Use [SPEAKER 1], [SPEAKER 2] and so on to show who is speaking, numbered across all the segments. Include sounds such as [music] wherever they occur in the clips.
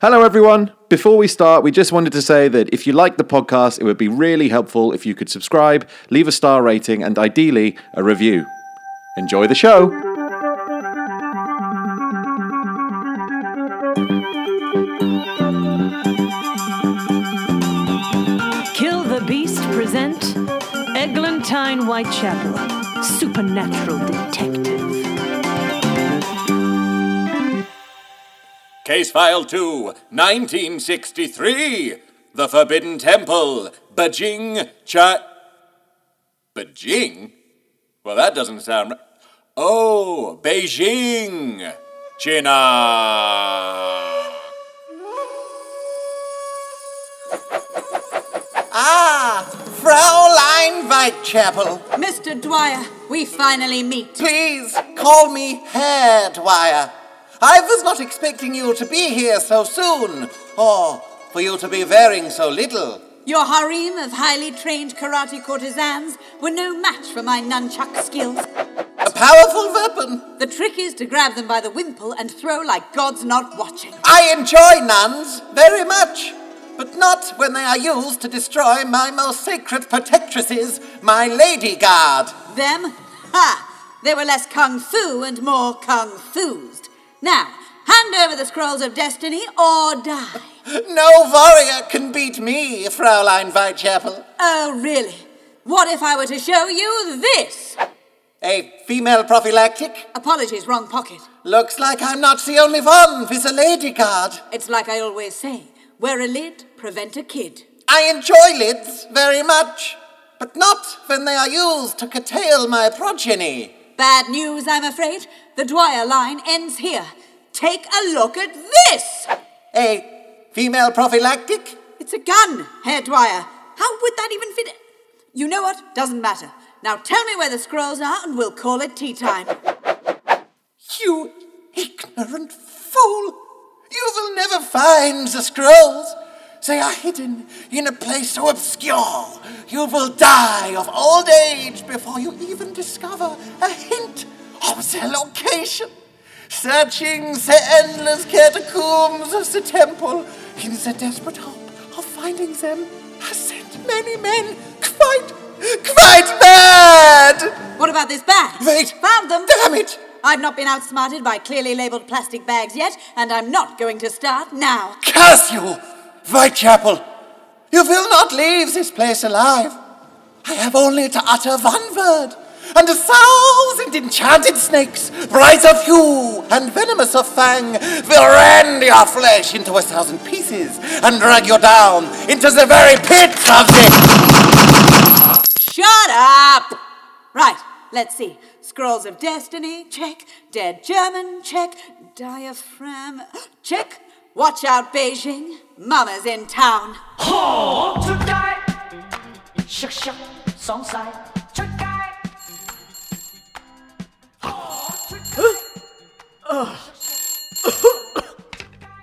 [SPEAKER 1] Hello, everyone. Before we start, we just wanted to say that if you like the podcast, it would be really helpful if you could subscribe, leave a star rating, and ideally, a review. Enjoy the show.
[SPEAKER 2] Kill the Beast present Eglantine Whitechapel, supernatural detective.
[SPEAKER 3] Case File 2, 1963. The Forbidden Temple, Beijing, Chi. Beijing? Well, that doesn't sound. ri- Oh, Beijing, China.
[SPEAKER 4] Ah, Fraulein Whitechapel.
[SPEAKER 5] Mr. Dwyer, we finally meet.
[SPEAKER 4] Please call me Herr Dwyer. I was not expecting you to be here so soon, or for you to be wearing so little.
[SPEAKER 5] Your harem of highly trained karate courtesans were no match for my nunchuck skills.
[SPEAKER 4] A powerful weapon.
[SPEAKER 5] The trick is to grab them by the wimple and throw like God's not watching.
[SPEAKER 4] I enjoy nuns very much, but not when they are used to destroy my most sacred protectresses, my Lady Guard.
[SPEAKER 5] Them? Ha! They were less kung fu and more kung foozed. Now, hand over the scrolls of destiny or die.
[SPEAKER 4] No warrior can beat me, Fraulein Whitechapel.
[SPEAKER 5] Oh, really? What if I were to show you this?
[SPEAKER 4] A female prophylactic?
[SPEAKER 5] Apologies, wrong pocket.
[SPEAKER 4] Looks like I'm not the only one with a lady card.
[SPEAKER 5] It's like I always say wear a lid, prevent a kid.
[SPEAKER 4] I enjoy lids very much, but not when they are used to curtail my progeny.
[SPEAKER 5] Bad news, I'm afraid. The Dwyer line ends here. Take a look at this!
[SPEAKER 4] A female prophylactic?
[SPEAKER 5] It's a gun, Herr Dwyer. How would that even fit? You know what? Doesn't matter. Now tell me where the scrolls are and we'll call it tea time.
[SPEAKER 4] You ignorant fool! You will never find the scrolls. They are hidden in a place so obscure. You will die of old age before you even discover a hint of their location. Searching the endless catacombs of the temple in the desperate hope of finding them has sent many men quite, quite mad!
[SPEAKER 5] What about this bag?
[SPEAKER 4] Wait!
[SPEAKER 5] Found them!
[SPEAKER 4] Damn it!
[SPEAKER 5] I've not been outsmarted by clearly labelled plastic bags yet, and I'm not going to start now.
[SPEAKER 4] Curse you, Whitechapel! You will not leave this place alive. I have only to utter one word, and a thousand enchanted snakes, bright of hue and venomous of fang, will rend your flesh into a thousand pieces and drag you down into the very pits of this.
[SPEAKER 5] Shut up! Right, let's see. Scrolls of Destiny, check. Dead German, check. Diaphragm, check. Watch out, Beijing. Mama's in town.
[SPEAKER 6] 好出街，食食爽晒出街。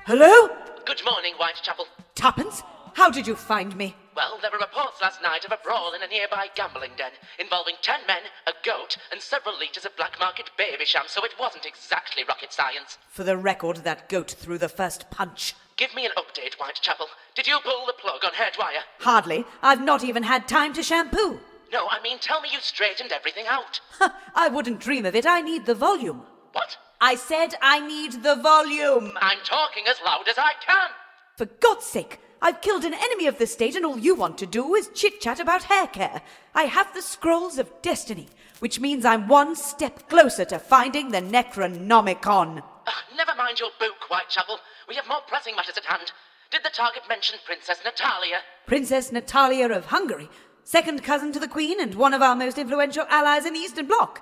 [SPEAKER 7] Hello?
[SPEAKER 8] Good morning, Whitechapel.
[SPEAKER 7] Tuppence? How did you find me?
[SPEAKER 8] Well, there were reports last night of a brawl in a nearby gambling den involving ten men, a goat, and several litres of black market baby sham, so it wasn't exactly rocket science.
[SPEAKER 7] For the record, that goat threw the first punch.
[SPEAKER 8] Give me an update, Whitechapel. Did you pull the plug on Hairdwyer?
[SPEAKER 7] Hardly. I've not even had time to shampoo.
[SPEAKER 8] No, I mean, tell me you straightened everything out.
[SPEAKER 7] Huh, I wouldn't dream of it. I need the volume.
[SPEAKER 8] What?
[SPEAKER 7] I said I need the volume.
[SPEAKER 8] I'm talking as loud as I can.
[SPEAKER 7] For God's sake, I've killed an enemy of the state, and all you want to do is chit chat about hair care. I have the scrolls of destiny, which means I'm one step closer to finding the Necronomicon.
[SPEAKER 8] Ugh, Ah, never mind your book, Whitechapel. We have more pressing matters at hand. Did the target mention Princess Natalia?
[SPEAKER 7] Princess Natalia of Hungary, second cousin to the Queen and one of our most influential allies in the Eastern Bloc.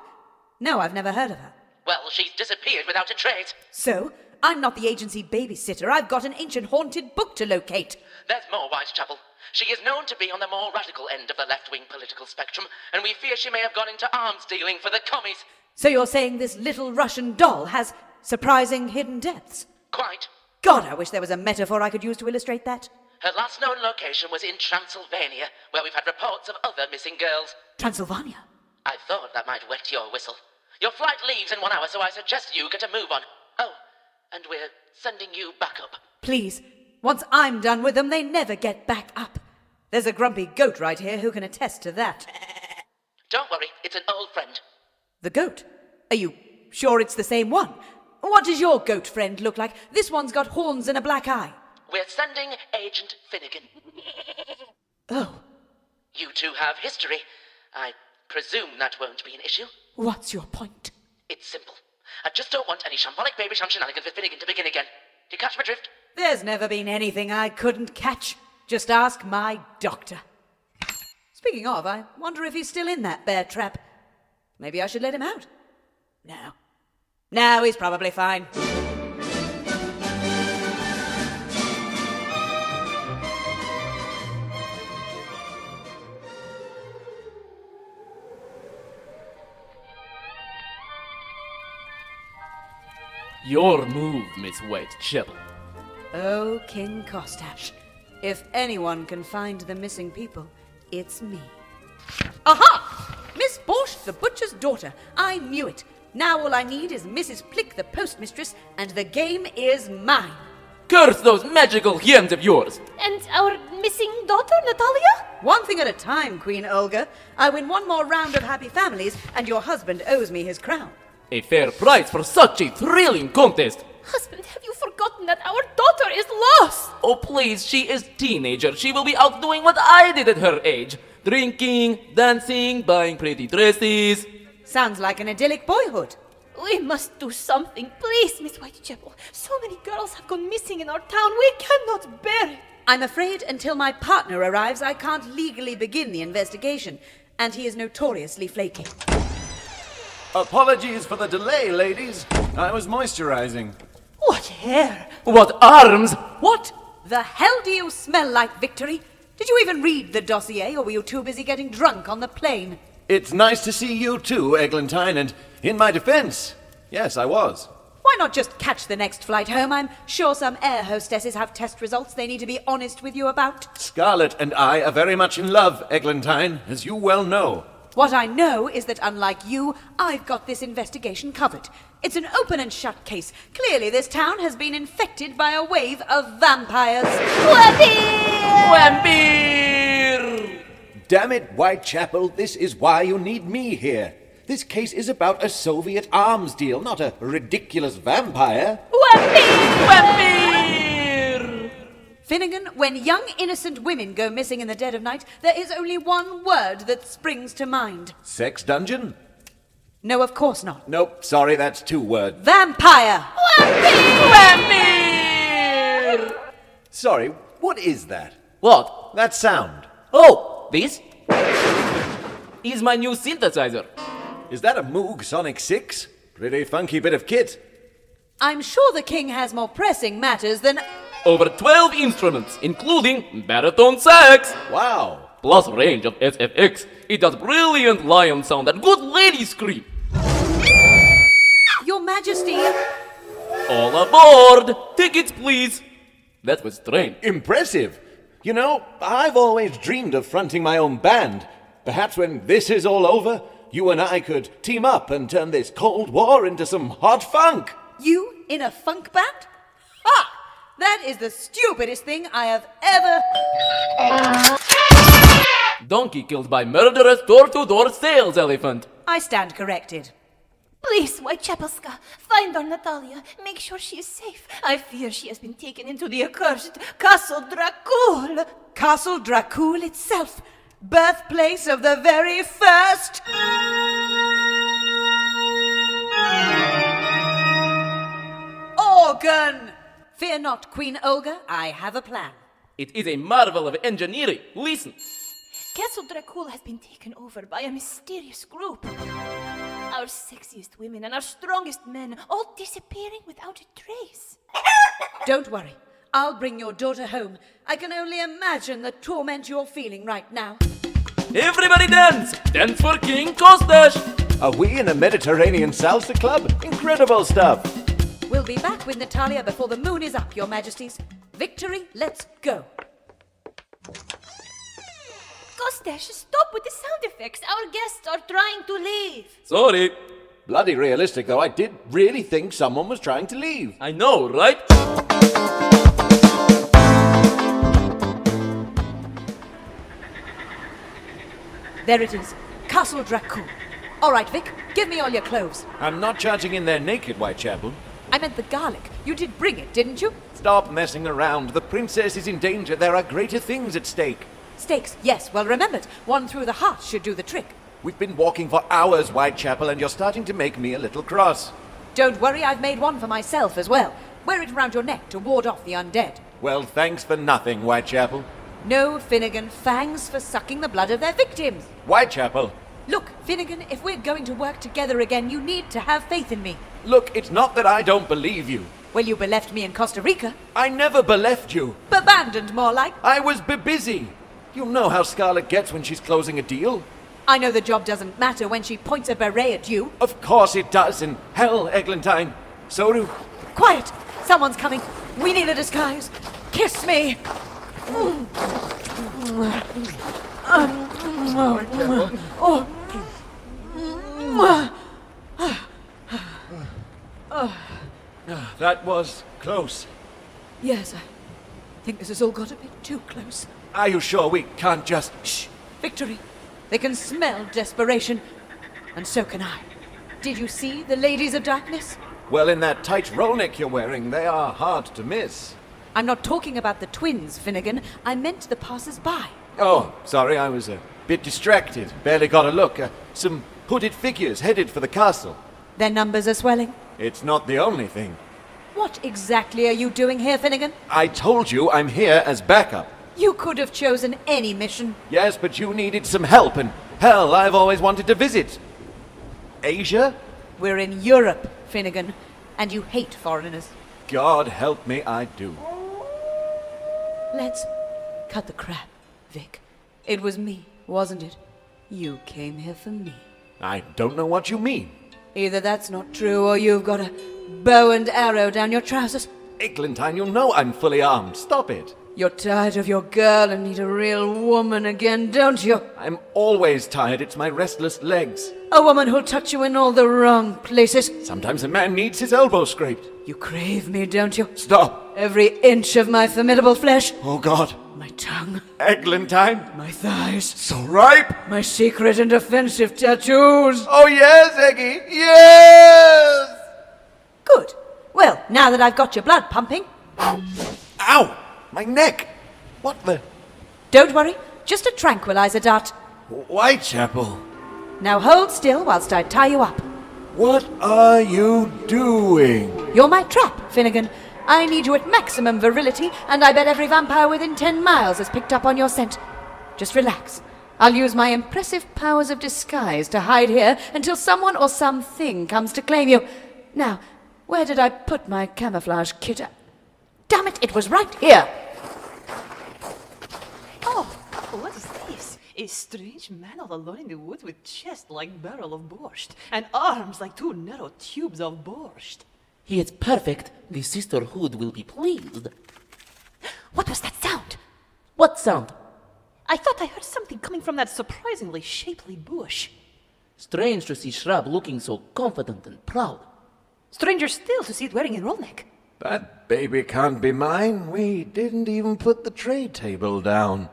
[SPEAKER 7] No, I've never heard of her.
[SPEAKER 8] Well, she's disappeared without a trace.
[SPEAKER 7] So, I'm not the agency babysitter. I've got an ancient haunted book to locate.
[SPEAKER 8] There's more, Whitechapel. She is known to be on the more radical end of the left wing political spectrum, and we fear she may have gone into arms dealing for the commies.
[SPEAKER 7] So you're saying this little Russian doll has surprising hidden depths?
[SPEAKER 8] Quite.
[SPEAKER 7] God, I wish there was a metaphor I could use to illustrate that.
[SPEAKER 8] Her last known location was in Transylvania, where we've had reports of other missing girls.
[SPEAKER 7] Transylvania.
[SPEAKER 8] I thought that might wet your whistle. Your flight leaves in one hour, so I suggest you get a move on. Oh, and we're sending you back up.
[SPEAKER 7] Please, once I'm done with them, they never get back up. There's a grumpy goat right here who can attest to that.
[SPEAKER 8] Don't worry, it's an old friend.
[SPEAKER 7] The goat? Are you sure it's the same one? What does your goat friend look like? This one's got horns and a black eye.
[SPEAKER 8] We're sending Agent Finnegan.
[SPEAKER 7] Oh,
[SPEAKER 8] You two have history. I presume that won't be an issue.
[SPEAKER 7] what's your point?
[SPEAKER 8] It's simple. I just don't want any shambolic baby sham shenanigans with Finnegan to begin again. Do you catch my drift?
[SPEAKER 7] There's never been anything I couldn't catch. Just ask my doctor. Speaking of, I wonder if he's still in that bear trap. Maybe I should let him out. No. No, he's probably fine.
[SPEAKER 9] Your move, Miss Whitechapel.
[SPEAKER 7] Oh, King Kostash. If anyone can find the missing people, it's me. Aha! Miss Borsch, the butcher's daughter. I knew it. Now all I need is Mrs. Plick, the postmistress, and the game is mine.
[SPEAKER 9] Curse those magical hands of yours!
[SPEAKER 10] And our missing daughter, Natalia?
[SPEAKER 7] One thing at a time, Queen Olga. I win one more round of happy families, and your husband owes me his crown.
[SPEAKER 9] A fair price for such a thrilling contest!
[SPEAKER 10] Husband, have you forgotten that our daughter is lost?
[SPEAKER 9] Oh please, she is teenager. She will be out doing what I did at her age. Drinking, dancing, buying pretty dresses.
[SPEAKER 7] Sounds like an idyllic boyhood.
[SPEAKER 10] We must do something, please, Miss Whitechapel. So many girls have gone missing in our town. We cannot bear it.
[SPEAKER 7] I'm afraid until my partner arrives, I can't legally begin the investigation, and he is notoriously flaky.
[SPEAKER 11] Apologies for the delay, ladies. I was moisturizing.
[SPEAKER 7] What hair?
[SPEAKER 9] What arms!
[SPEAKER 7] What the hell do you smell like, Victory? Did you even read the dossier, or were you too busy getting drunk on the plane?
[SPEAKER 11] It's nice to see you too, Eglantine, and in my defense, yes, I was.
[SPEAKER 7] Why not just catch the next flight home? I'm sure some air hostesses have test results they need to be honest with you about.
[SPEAKER 11] Scarlet and I are very much in love, Eglantine, as you well know.
[SPEAKER 7] What I know is that, unlike you, I've got this investigation covered. It's an open and shut case. Clearly, this town has been infected by a wave of vampires.
[SPEAKER 9] Wambir!
[SPEAKER 12] Damn it, Whitechapel, this is why you need me here. This case is about a Soviet arms deal, not a ridiculous vampire.
[SPEAKER 9] Wambir!
[SPEAKER 7] Finnegan, when young innocent women go missing in the dead of night, there is only one word that springs to mind.
[SPEAKER 11] Sex dungeon?
[SPEAKER 7] No, of course not.
[SPEAKER 11] Nope, sorry, that's two word.
[SPEAKER 7] Vampire!
[SPEAKER 9] Wambir!
[SPEAKER 11] Sorry, what is that?
[SPEAKER 9] What?
[SPEAKER 11] That sound.
[SPEAKER 9] Oh, this? Is my new synthesizer.
[SPEAKER 11] Is that a Moog Sonic 6? Pretty funky bit of kit.
[SPEAKER 7] I'm sure the king has more pressing matters than.
[SPEAKER 9] Over 12 instruments, including baritone sax,
[SPEAKER 11] Wow.
[SPEAKER 9] plus range of SFX. It does brilliant lion sound and good lady scream.
[SPEAKER 7] Your Majesty.
[SPEAKER 9] All aboard! Tickets, please! That was strange.
[SPEAKER 11] Impressive. You know, I've always dreamed of fronting my own band. Perhaps when this is all over, you and I could team up and turn this Cold War into some hot funk.
[SPEAKER 7] You in a funk band? Ha! That is the stupidest thing I have ever.
[SPEAKER 9] Donkey killed by murderous door-to-door sales elephant.
[SPEAKER 7] I stand corrected.
[SPEAKER 10] Please, Whitechapelska, find our Natalia. Make sure she is safe. I fear she has been taken into the accursed Castle Dracul.
[SPEAKER 7] Castle Dracul itself, birthplace of the very first. Organ! Fear not, Queen Olga, I have a plan.
[SPEAKER 9] It is a marvel of engineering. Listen.
[SPEAKER 10] Castle Dracul has been taken over by a mysterious group. Our sexiest women and our strongest men all disappearing without a trace.
[SPEAKER 7] Don't worry, I'll bring your daughter home. I can only imagine the torment you're feeling right now.
[SPEAKER 9] Everybody dance! Dance for King Kostash!
[SPEAKER 11] Are we in a Mediterranean salsa club? Incredible stuff.
[SPEAKER 7] We'll be back with Natalia before the moon is up, Your Majesties. Victory, let's go.
[SPEAKER 10] Kostesh, stop with the sound effects. Our guests are trying to leave.
[SPEAKER 9] Sorry.
[SPEAKER 11] Bloody realistic, though. I did really think someone was trying to leave.
[SPEAKER 9] I know, right?
[SPEAKER 7] There it is. Castle Dracul. All right, Vic, give me all your clothes.
[SPEAKER 9] I'm not charging in there naked, Whitechapel.
[SPEAKER 7] I meant the garlic. You did bring it, didn't you?
[SPEAKER 9] Stop messing around. The princess is in danger. There are greater things at stake.
[SPEAKER 7] Steaks, yes, well remembered. One through the heart should do the trick.
[SPEAKER 9] We've been walking for hours, Whitechapel, and you're starting to make me a little cross.
[SPEAKER 7] Don't worry, I've made one for myself as well. Wear it round your neck to ward off the undead.
[SPEAKER 9] Well, thanks for nothing, Whitechapel.
[SPEAKER 7] No, Finnegan, fangs for sucking the blood of their victims.
[SPEAKER 9] Whitechapel,
[SPEAKER 7] Look, Finnegan, if we're going to work together again, you need to have faith in me.
[SPEAKER 9] look, it's not that I don't believe you.
[SPEAKER 7] Well, you beleft me in Costa Rica.
[SPEAKER 9] I never beleft you.
[SPEAKER 7] Abandoned, more like.
[SPEAKER 9] I was busy. You know how Scarlet gets when she's closing a deal.
[SPEAKER 7] I know the job doesn't matter when she points a beret at you.
[SPEAKER 9] Of course it does, and hell, Eglantine, so do.
[SPEAKER 7] Quiet! Someone's coming. We need a disguise. Kiss me! Oh.
[SPEAKER 9] Ah, That was close.
[SPEAKER 7] Yes, I think this has all got a bit too close.
[SPEAKER 9] Are you sure we can't just. Shh.
[SPEAKER 7] Victory! They can smell desperation, and so can I. Did you see the Ladies of Darkness?
[SPEAKER 9] Well, in that tight roll neck you're wearing, they are hard to miss.
[SPEAKER 7] I'm not talking about the twins, Finnegan. I meant the passers by.
[SPEAKER 9] Oh, sorry, I was a bit distracted. Barely got a look. Uh, some hooded figures headed for the castle.
[SPEAKER 7] Their numbers are swelling.
[SPEAKER 9] It's not the only thing.
[SPEAKER 7] What exactly are you doing here, Finnegan?
[SPEAKER 9] I told you I'm here as backup.
[SPEAKER 7] You could have chosen any mission.
[SPEAKER 9] Yes, but you needed some help, and hell, I've always wanted to visit. Asia?
[SPEAKER 7] We're in Europe, Finnegan, and you hate foreigners.
[SPEAKER 9] God help me, I do.
[SPEAKER 7] Let's cut the crap, Vic. It was me, wasn't it? You came here for me.
[SPEAKER 9] I don't know what you mean.
[SPEAKER 7] Either that's not true or you've got a bow and arrow down your trousers.
[SPEAKER 9] Eglantine, you know I'm fully armed. Stop it.
[SPEAKER 7] You're tired of your girl and need a real woman again, don't you?
[SPEAKER 9] I'm always tired. It's my restless legs.
[SPEAKER 7] A woman who'll touch you in all the wrong places.
[SPEAKER 9] Sometimes a man needs his elbow scraped.
[SPEAKER 7] You crave me, don't you?
[SPEAKER 9] Stop.
[SPEAKER 7] Every inch of my formidable flesh,
[SPEAKER 9] Oh, God.
[SPEAKER 7] my tongue,
[SPEAKER 9] Eglantine?
[SPEAKER 7] my thighs,
[SPEAKER 9] So ripe.
[SPEAKER 7] my secret and offensive tattoos.
[SPEAKER 9] Oh, yes, Eggy. Yes!
[SPEAKER 7] Good. Well, now that I've got your blood pumping,
[SPEAKER 9] Ow! My neck. What the?
[SPEAKER 7] don't worry, just a tranquilizer dart.
[SPEAKER 9] Whitechapel.
[SPEAKER 7] Now hold still whilst I tie you up.
[SPEAKER 9] What are you doing?
[SPEAKER 7] You're my trap, Finnegan. I need you at maximum virility, and I bet every vampire within ten miles has picked up on your scent. Just relax. I'll use my impressive powers of disguise to hide here until someone or something comes to claim you. Now, where did I put my camouflage kit? Uh, Damn it, it was right here.
[SPEAKER 13] Oh, what is this? A strange man all alone in the woods with chest like barrel of borscht and arms like two narrow tubes of borscht.
[SPEAKER 14] He is perfect. The sisterhood will be pleased.
[SPEAKER 13] What was that sound?
[SPEAKER 14] What sound?
[SPEAKER 13] I thought I heard something coming from that surprisingly shapely bush.
[SPEAKER 14] Strange to see Shrub looking so confident and proud.
[SPEAKER 13] Stranger still to see it wearing a roll neck.
[SPEAKER 9] That baby can't be mine. We didn't even put the tray table down.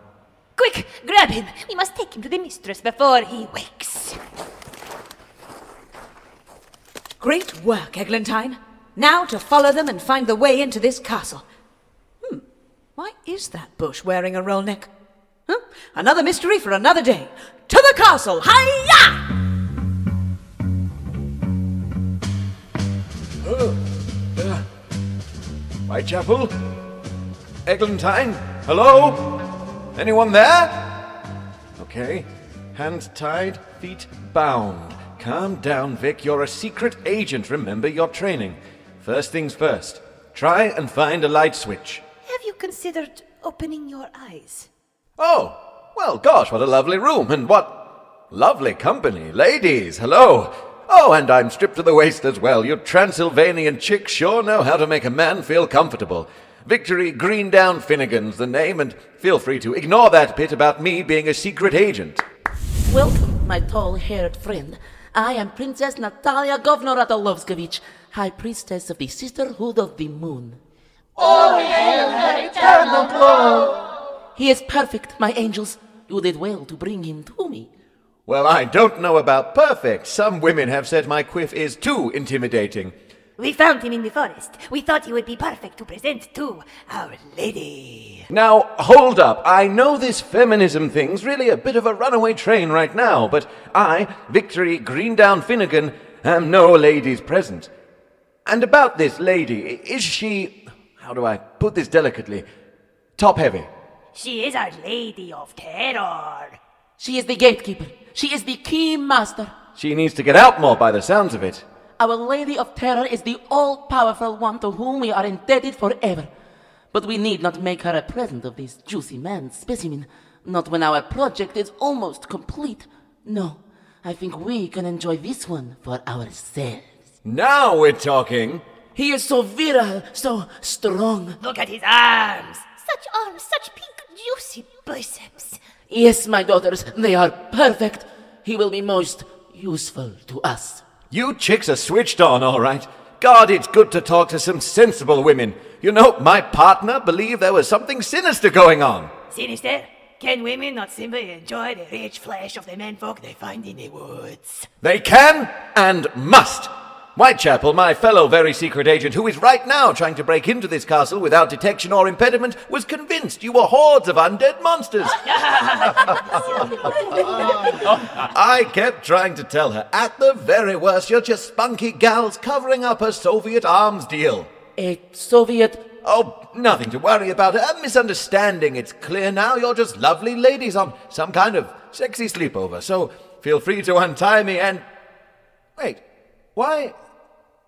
[SPEAKER 15] Quick, grab him. We must take him to the mistress before he wakes.
[SPEAKER 7] Great work, Eglantine. Now to follow them and find the way into this castle. Hmm, why is that bush wearing a roll neck? Huh? Another mystery for another day. To the castle! Hiya!
[SPEAKER 9] Whitechapel? Eglantine? Hello? Anyone there? Okay. Hands tied, feet bound. Calm down, Vic. You're a secret agent. Remember your training. First things first. Try and find a light switch.
[SPEAKER 15] Have you considered opening your eyes?
[SPEAKER 9] Oh, well, gosh, what a lovely room, and what lovely company. Ladies, hello. Oh, and I'm stripped to the waist as well. You Transylvanian chicks sure know how to make a man feel comfortable. Victory Green Down Finnegan's the name, and feel free to ignore that bit about me being a secret agent.
[SPEAKER 16] Welcome, my tall haired friend. I am Princess Natalia Govnora Dolovskovich, High Priestess of the Sisterhood of the Moon. All hail her eternal glow! He is perfect, my angels. You did well to bring him to me.
[SPEAKER 11] Well, I don't know about perfect. Some women have said my quiff is too intimidating.
[SPEAKER 10] We found him in the forest. We thought he would be perfect to present to our lady.
[SPEAKER 11] Now, hold up. I know this feminism thing's really a bit of a runaway train right now, but I, Victory Greendown Finnegan, am no lady's present. And about this lady, i- is she. How do I put this delicately? Top heavy.
[SPEAKER 10] She is our lady of terror.
[SPEAKER 7] She is the gatekeeper. She is the key master.
[SPEAKER 11] She needs to get out more by the sounds of it.
[SPEAKER 7] Our Lady of Terror is the all powerful one to whom we are indebted forever. But we need not make her a present of this juicy man's specimen, not when our project is almost complete. No, I think we can enjoy this one for ourselves.
[SPEAKER 11] Now we're talking.
[SPEAKER 7] He is so virile, so strong.
[SPEAKER 10] Look at his arms.
[SPEAKER 17] Such arms, such pink, juicy biceps.
[SPEAKER 7] Yes, my daughters, they are perfect. He will be most useful to us.
[SPEAKER 11] You chicks are switched on, all right. God, it's good to talk to some sensible women. You know, my partner believed there was something sinister going on.
[SPEAKER 10] Sinister? Can women not simply enjoy the rich flesh of the menfolk they find in the woods?
[SPEAKER 11] They can and must. Whitechapel, my fellow very secret agent, who is right now trying to break into this castle without detection or impediment, was convinced you were hordes of undead monsters. I kept trying to tell her, at the very worst, you're just spunky gals covering up a Soviet arms deal.
[SPEAKER 7] A Soviet.
[SPEAKER 11] Oh, nothing to worry about. A misunderstanding. It's clear now you're just lovely ladies on some kind of sexy sleepover. So feel free to untie me and. Wait, why.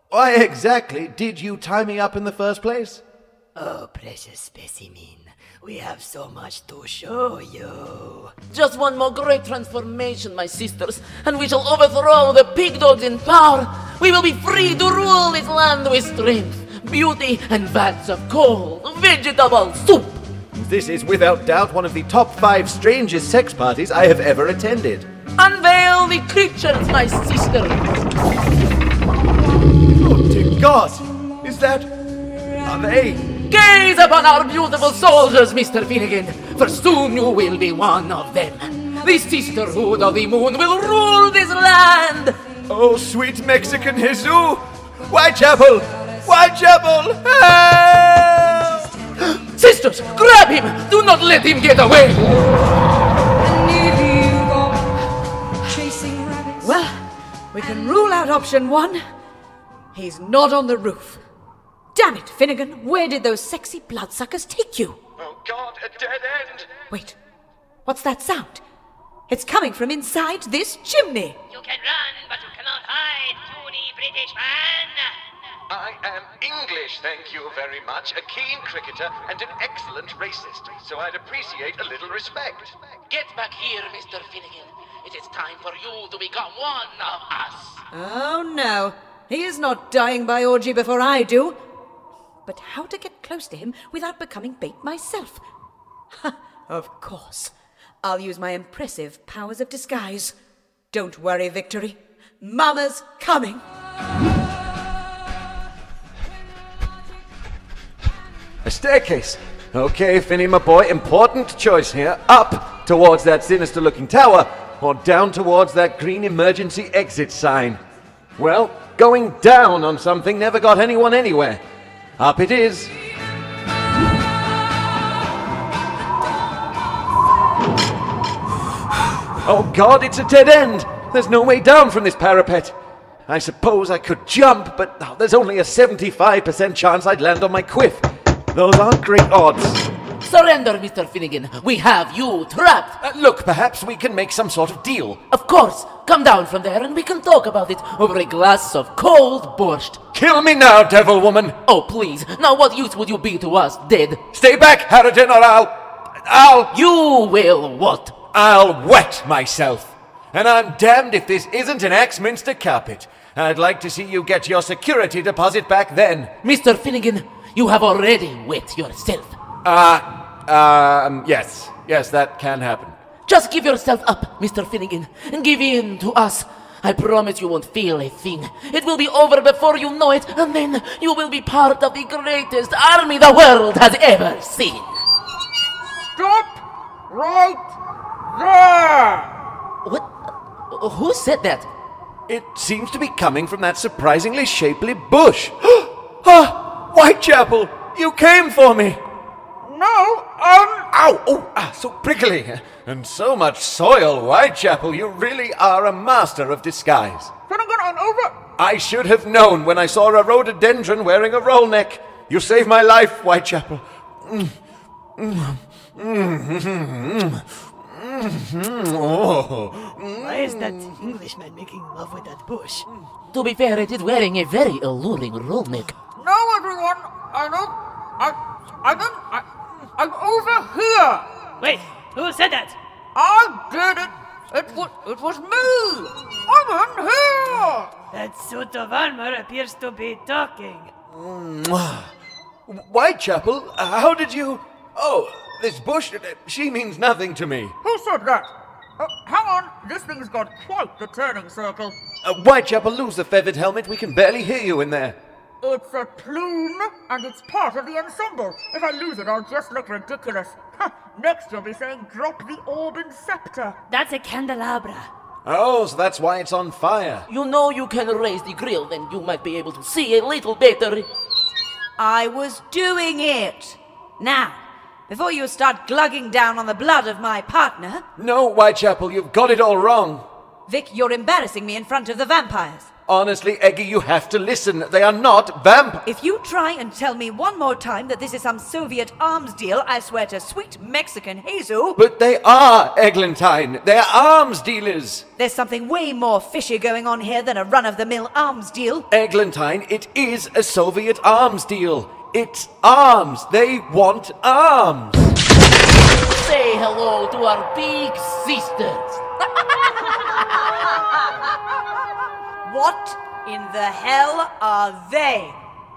[SPEAKER 11] Why exactly did you tie me up in the first place?
[SPEAKER 10] Oh, precious specimen, we have so much to show you.
[SPEAKER 7] Just one more great transformation, my sisters, and we shall overthrow the pig dogs in power. We will be free to rule this land with strength, beauty, and vats of cold vegetable soup.
[SPEAKER 11] This is without doubt one of the top five strangest sex parties I have ever attended.
[SPEAKER 7] Unveil the creatures, my sisters.
[SPEAKER 11] Oh, dear God! Is that. Are they.
[SPEAKER 7] Gaze upon our beautiful soldiers, Mr. Finnegan, for soon you will be one of them. The sisterhood of the moon will rule this land.
[SPEAKER 11] Oh, sweet Mexican Jesus! Whitechapel! Whitechapel!
[SPEAKER 7] Sisters, grab him! Do not let him get away!
[SPEAKER 6] Well, we can rule out option one. He's not on the roof. Damn it, Finnegan, where did those sexy bloodsuckers take you?
[SPEAKER 18] Oh God, a dead end!
[SPEAKER 6] Wait, what's that sound? It's coming from inside this chimney.
[SPEAKER 18] You can run, but you cannot hide, puny British man!
[SPEAKER 11] I am English, thank you very much. A keen cricketer and an excellent racist, so I'd appreciate a little respect.
[SPEAKER 7] Get back here, Mr. Finnegan. It is time for you to become one of us.
[SPEAKER 6] Oh no, he is not dying by orgy before I do. But how to get close to him without becoming bait myself? Ha, of course. I'll use my impressive powers of disguise. Don't worry, Victory. Mama's coming.
[SPEAKER 11] A staircase! Okay, Finny, my boy, important choice here. Up towards that sinister looking tower, or down towards that green emergency exit sign. Well, going down on something never got anyone anywhere. Up it is. Oh god, it's a dead end! There's no way down from this parapet! I suppose I could jump, but oh, there's only a 75% chance I'd land on my quiff. Those aren't great odds.
[SPEAKER 7] Surrender, Mr. Finnegan. We have you trapped.
[SPEAKER 11] Uh, look, perhaps we can make some sort of deal.
[SPEAKER 7] Of course. Come down from there and we can talk about it over a glass of cold borscht.
[SPEAKER 11] Kill me now, devil woman!
[SPEAKER 7] Oh, please. Now, what use would you be to us, dead?
[SPEAKER 11] Stay back, Harrigan, or I'll. I'll.
[SPEAKER 7] You will what?
[SPEAKER 11] I'll wet myself. And I'm damned if this isn't an Axminster carpet. I'd like to see you get your security deposit back then.
[SPEAKER 7] Mr. Finnegan, you have already wet yourself.
[SPEAKER 11] Uh, um, yes. Yes, that can happen.
[SPEAKER 7] Just give yourself up, Mr. Finnegan, and give in to us. I promise you won't feel a thing. It will be over before you know it, and then you will be part of the greatest army the world has ever seen.
[SPEAKER 19] Stop right there!
[SPEAKER 7] What? who said that?
[SPEAKER 9] It seems to be coming from that surprisingly shapely bush. [gasps] ah, Whitechapel, you came for me.
[SPEAKER 8] No, um,
[SPEAKER 9] Ow! Oh, ah, so prickly. And so much soil, Whitechapel. You really are a master of disguise.
[SPEAKER 8] can I get on over?
[SPEAKER 9] I should have known when I saw a rhododendron wearing a roll neck. You saved my life, Whitechapel. Mm, mm, mm, mm, mm, mm, oh.
[SPEAKER 13] Why is that Englishman making love with that bush?
[SPEAKER 7] To be fair, it is wearing a very alluring roll neck.
[SPEAKER 8] No, everyone, I don't, I, I don't, I, I'm over here.
[SPEAKER 13] Wait, who said that?
[SPEAKER 8] I did it. It was, it was me. I'm in here.
[SPEAKER 13] That suit of armor appears to be talking.
[SPEAKER 9] Mwah. Whitechapel, uh, how did you. Oh, this bush, uh, she means nothing to me.
[SPEAKER 8] Who said that? Uh, hang on, this thing's got quite the turning circle.
[SPEAKER 9] Uh, Whitechapel, lose the feathered helmet. We can barely hear you in there.
[SPEAKER 8] It's a plume, and it's part of the ensemble. If I lose it, I'll just look ridiculous. Next, you'll be saying, drop the orb and scepter.
[SPEAKER 13] That's a candelabra.
[SPEAKER 9] Oh, so that's why it's on fire.
[SPEAKER 7] You know you can raise the grill, then you might be able to see a little better.
[SPEAKER 6] I was doing it. Now, before you start glugging down on the blood of my partner,
[SPEAKER 9] No, Whitechapel, you've got it all wrong.
[SPEAKER 6] Vic, you're embarrassing me in front of the vampires.
[SPEAKER 9] Honestly, Eggy, you have to listen. They are not vamp.
[SPEAKER 6] If you try and tell me one more time that this is some Soviet arms deal, I swear to sweet Mexican Jesus,
[SPEAKER 9] But they are, Eglantine. They're arms dealers.
[SPEAKER 6] there's something way more fishy going on here than a run of the mill arms deal.
[SPEAKER 9] Eglantine, it is a Soviet arms deal. It's arms. They want arms.
[SPEAKER 7] Say hello to our big sister.
[SPEAKER 6] What in the hell are they?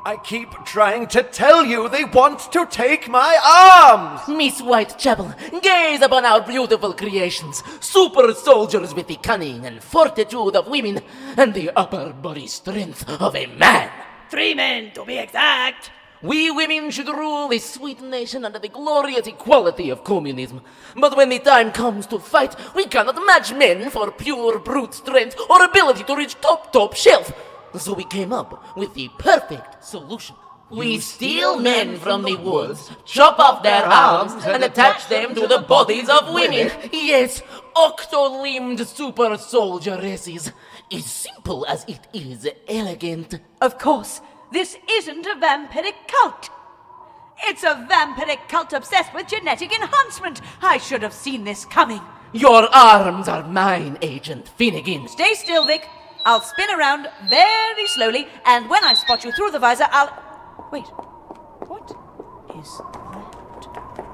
[SPEAKER 9] I keep trying to tell you they want to take my arms.
[SPEAKER 7] Miss Whitechapel, gaze upon our beautiful creations, super soldiers with the cunning and fortitude of women, and the upper body strength of a man.
[SPEAKER 13] Three men, to be exact.
[SPEAKER 7] We women should rule this sweet nation under the glorious equality of communism. But when the time comes to fight, we cannot match men for pure brute strength or ability to reach top, top shelf. So we came up with the perfect solution. We steal men from the woods, chop off their arms, and attach them to the bodies of women. Yes, octo-limbed super soldieresses. As simple as it is elegant.
[SPEAKER 6] Of course, this isn't a vampiric cult. It's a vampiric cult obsessed with genetic enhancement. I should have seen this coming.
[SPEAKER 7] Your arms are mine, Agent Finnegan.
[SPEAKER 6] Stay still, Vic. I'll spin around very slowly, and when I spot you through the visor, I'll. Wait. What is.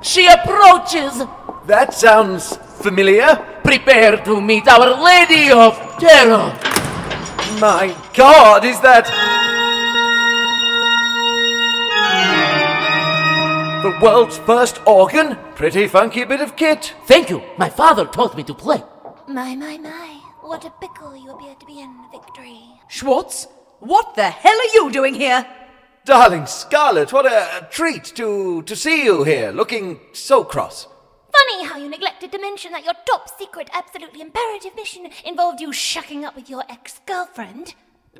[SPEAKER 7] She approaches.
[SPEAKER 9] That sounds familiar.
[SPEAKER 7] Prepare to meet our Lady of Terror.
[SPEAKER 9] My God, is that. The world's first organ? Pretty funky bit of kit.
[SPEAKER 7] Thank you. My father taught me to play.
[SPEAKER 10] My, my, my. What a pickle you appear to be in, Victory.
[SPEAKER 6] Schwartz? What the hell are you doing here?
[SPEAKER 9] Darling Scarlet, what a treat to, to see you here, looking so cross.
[SPEAKER 10] Funny how you neglected to mention that your top secret, absolutely imperative mission involved you shucking up with your ex girlfriend.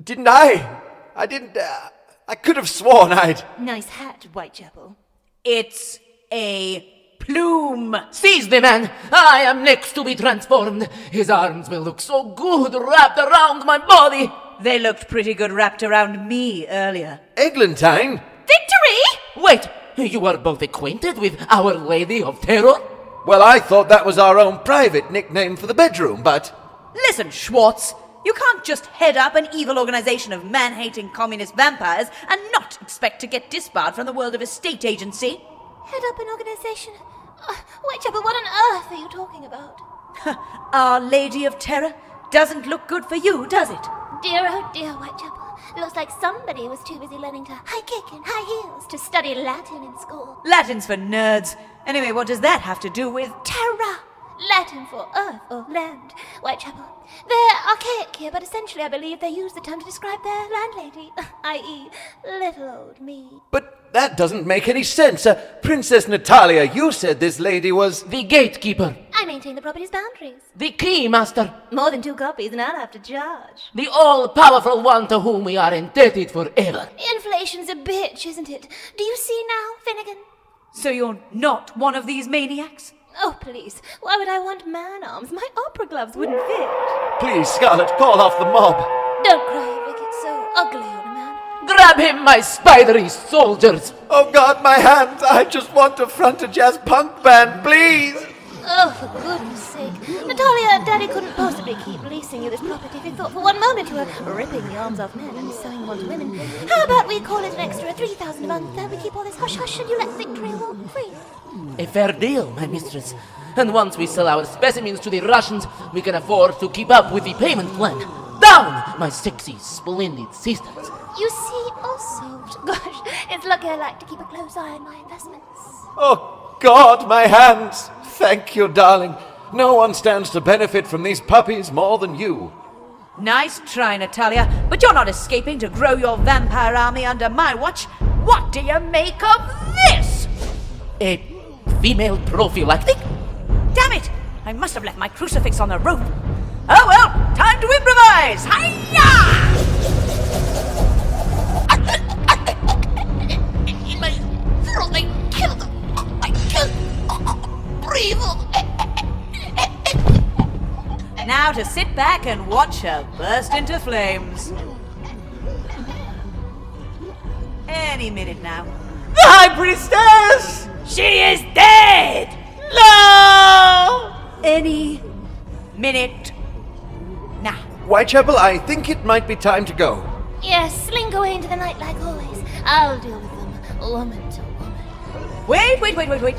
[SPEAKER 9] Didn't I? I didn't. Uh, I could have sworn I'd.
[SPEAKER 10] Nice hat, Whitechapel.
[SPEAKER 6] It's a plume.
[SPEAKER 7] Seize the man. I am next to be transformed. His arms will look so good wrapped around my body.
[SPEAKER 6] They looked pretty good wrapped around me earlier.
[SPEAKER 9] Eglantine?
[SPEAKER 10] Victory?
[SPEAKER 7] Wait, you are both acquainted with Our Lady of Terror?
[SPEAKER 9] Well, I thought that was our own private nickname for the bedroom, but.
[SPEAKER 6] Listen, Schwartz, you can't just head up an evil organization of man hating communist vampires and not expect to get disbarred from the world of a state agency.
[SPEAKER 10] Head up an organization. Uh, Whitechapel, what on earth are you talking about?
[SPEAKER 6] Our Lady of Terror doesn't look good for you, does it?
[SPEAKER 10] Dear, oh dear, Whitechapel. Looks like somebody was too busy learning to high kick and high heels to study Latin in school.
[SPEAKER 6] Latin's for nerds. Anyway, what does that have to do with.
[SPEAKER 10] Terra! Latin for earth or land. Whitechapel. They're archaic here, but essentially I believe they use the term to describe their landlady, [laughs] i.e., little old me.
[SPEAKER 9] But that doesn't make any sense. Uh, Princess Natalia, you said this lady was.
[SPEAKER 7] The gatekeeper.
[SPEAKER 10] I I maintain the property's boundaries.
[SPEAKER 7] The key, master.
[SPEAKER 10] More than two copies, and I'll have to charge.
[SPEAKER 7] The all powerful one to whom we are indebted forever.
[SPEAKER 10] Inflation's a bitch, isn't it? Do you see now, Finnegan?
[SPEAKER 6] So you're not one of these maniacs?
[SPEAKER 10] Oh, please. Why would I want man arms? My opera gloves wouldn't fit.
[SPEAKER 9] Please, Scarlet, call off the mob.
[SPEAKER 10] Don't cry, Vic. It's so ugly on a man.
[SPEAKER 7] Grab him, my spidery soldiers!
[SPEAKER 9] Oh God, my hands! I just want to front a jazz punk band, please!
[SPEAKER 10] Oh, for goodness sake. Natalia, Daddy couldn't possibly keep leasing you this property if he thought for one moment you were ripping the arms off men and sewing them onto women. How about we call it an extra 3000 a month and we keep all this hush hush and you let Victoria walk free?
[SPEAKER 7] A fair deal, my mistress. And once we sell our specimens to the Russians, we can afford to keep up with the payment plan. Down, my sexy, splendid sisters!
[SPEAKER 10] You see, also, [laughs] gosh, it's lucky I like to keep a close eye on my investments.
[SPEAKER 9] Oh God, my hands! Thank you, darling. No one stands to benefit from these puppies more than you.
[SPEAKER 6] Nice try, Natalia, but you're not escaping to grow your vampire army under my watch. What do you make of this?
[SPEAKER 7] A female prophylactic?
[SPEAKER 6] Damn it! I must have left my crucifix on the rope. Oh well, time to improvise! Hiya!
[SPEAKER 20] In my throat, I killed them. I killed Breathe.
[SPEAKER 6] Now to sit back and watch her burst into flames. Any minute now. The High Priestess! She is dead! No! Any minute.
[SPEAKER 9] Whitechapel, I think it might be time to go.
[SPEAKER 10] Yes, slink away into the night like always. I'll deal with them, woman to woman.
[SPEAKER 6] Wait, wait, wait, wait, wait.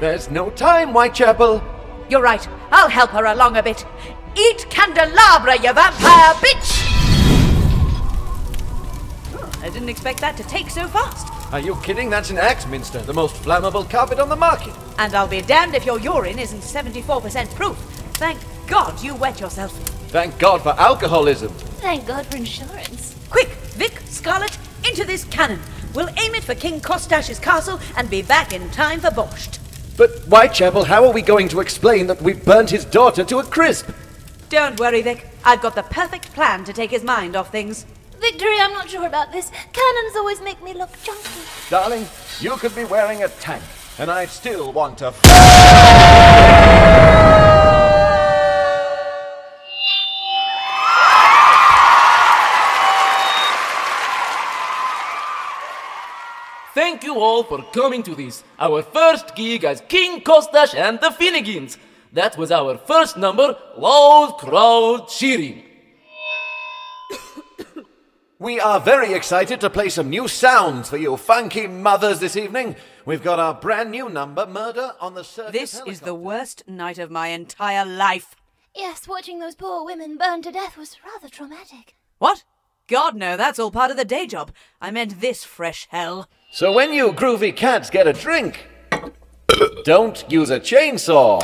[SPEAKER 9] There's no time, Whitechapel.
[SPEAKER 6] You're right. I'll help her along a bit. Eat candelabra, you vampire bitch! I didn't expect that to take so fast.
[SPEAKER 9] Are you kidding? That's an axe minster, the most flammable carpet on the market.
[SPEAKER 6] And I'll be damned if your urine isn't 74% proof. Thank God you wet yourself.
[SPEAKER 9] Thank God for alcoholism.
[SPEAKER 10] Thank God for insurance.
[SPEAKER 6] Quick, Vic, Scarlet, into this cannon. We'll aim it for King Kostash's castle and be back in time for Borscht.
[SPEAKER 9] But, Whitechapel, how are we going to explain that we burnt his daughter to a crisp?
[SPEAKER 6] Don't worry, Vic. I've got the perfect plan to take his mind off things.
[SPEAKER 10] Victory, I'm not sure about this. Cannons always make me look junky.
[SPEAKER 9] Darling, you could be wearing a tank, and I still want to. F-
[SPEAKER 21] Thank you all for coming to this, our first gig as King Kostash and the Finnegans. That was our first number, Loud Crowd Cheering.
[SPEAKER 9] [coughs] We are very excited to play some new sounds for you funky mothers this evening. We've got our brand new number, Murder on the Circus.
[SPEAKER 6] This is the worst night of my entire life.
[SPEAKER 10] Yes, watching those poor women burn to death was rather traumatic.
[SPEAKER 6] What? God, no, that's all part of the day job. I meant this fresh hell.
[SPEAKER 9] So when you groovy cats get a drink, don't use a chainsaw.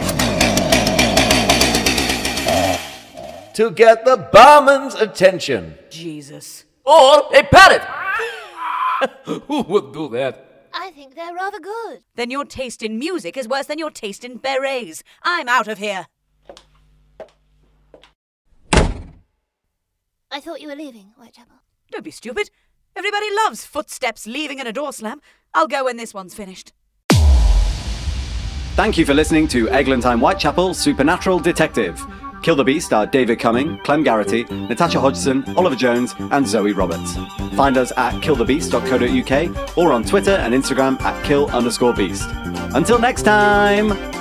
[SPEAKER 9] To get the barman's attention.
[SPEAKER 6] Jesus.
[SPEAKER 21] Or a parrot! [laughs] Who would do that?
[SPEAKER 10] I think they're rather good.
[SPEAKER 6] Then your taste in music is worse than your taste in berets. I'm out of here.
[SPEAKER 10] I thought you were leaving, Whitechapel.
[SPEAKER 6] Don't be stupid. Everybody loves footsteps leaving and a door slam. I'll go when this one's finished.
[SPEAKER 11] Thank you for listening to Eglantine Whitechapel Supernatural Detective. Kill the Beast are David Cumming, Clem Garrity, Natasha Hodgson, Oliver Jones, and Zoe Roberts. Find us at killthebeast.co.uk or on Twitter and Instagram at kill underscore beast. Until next time!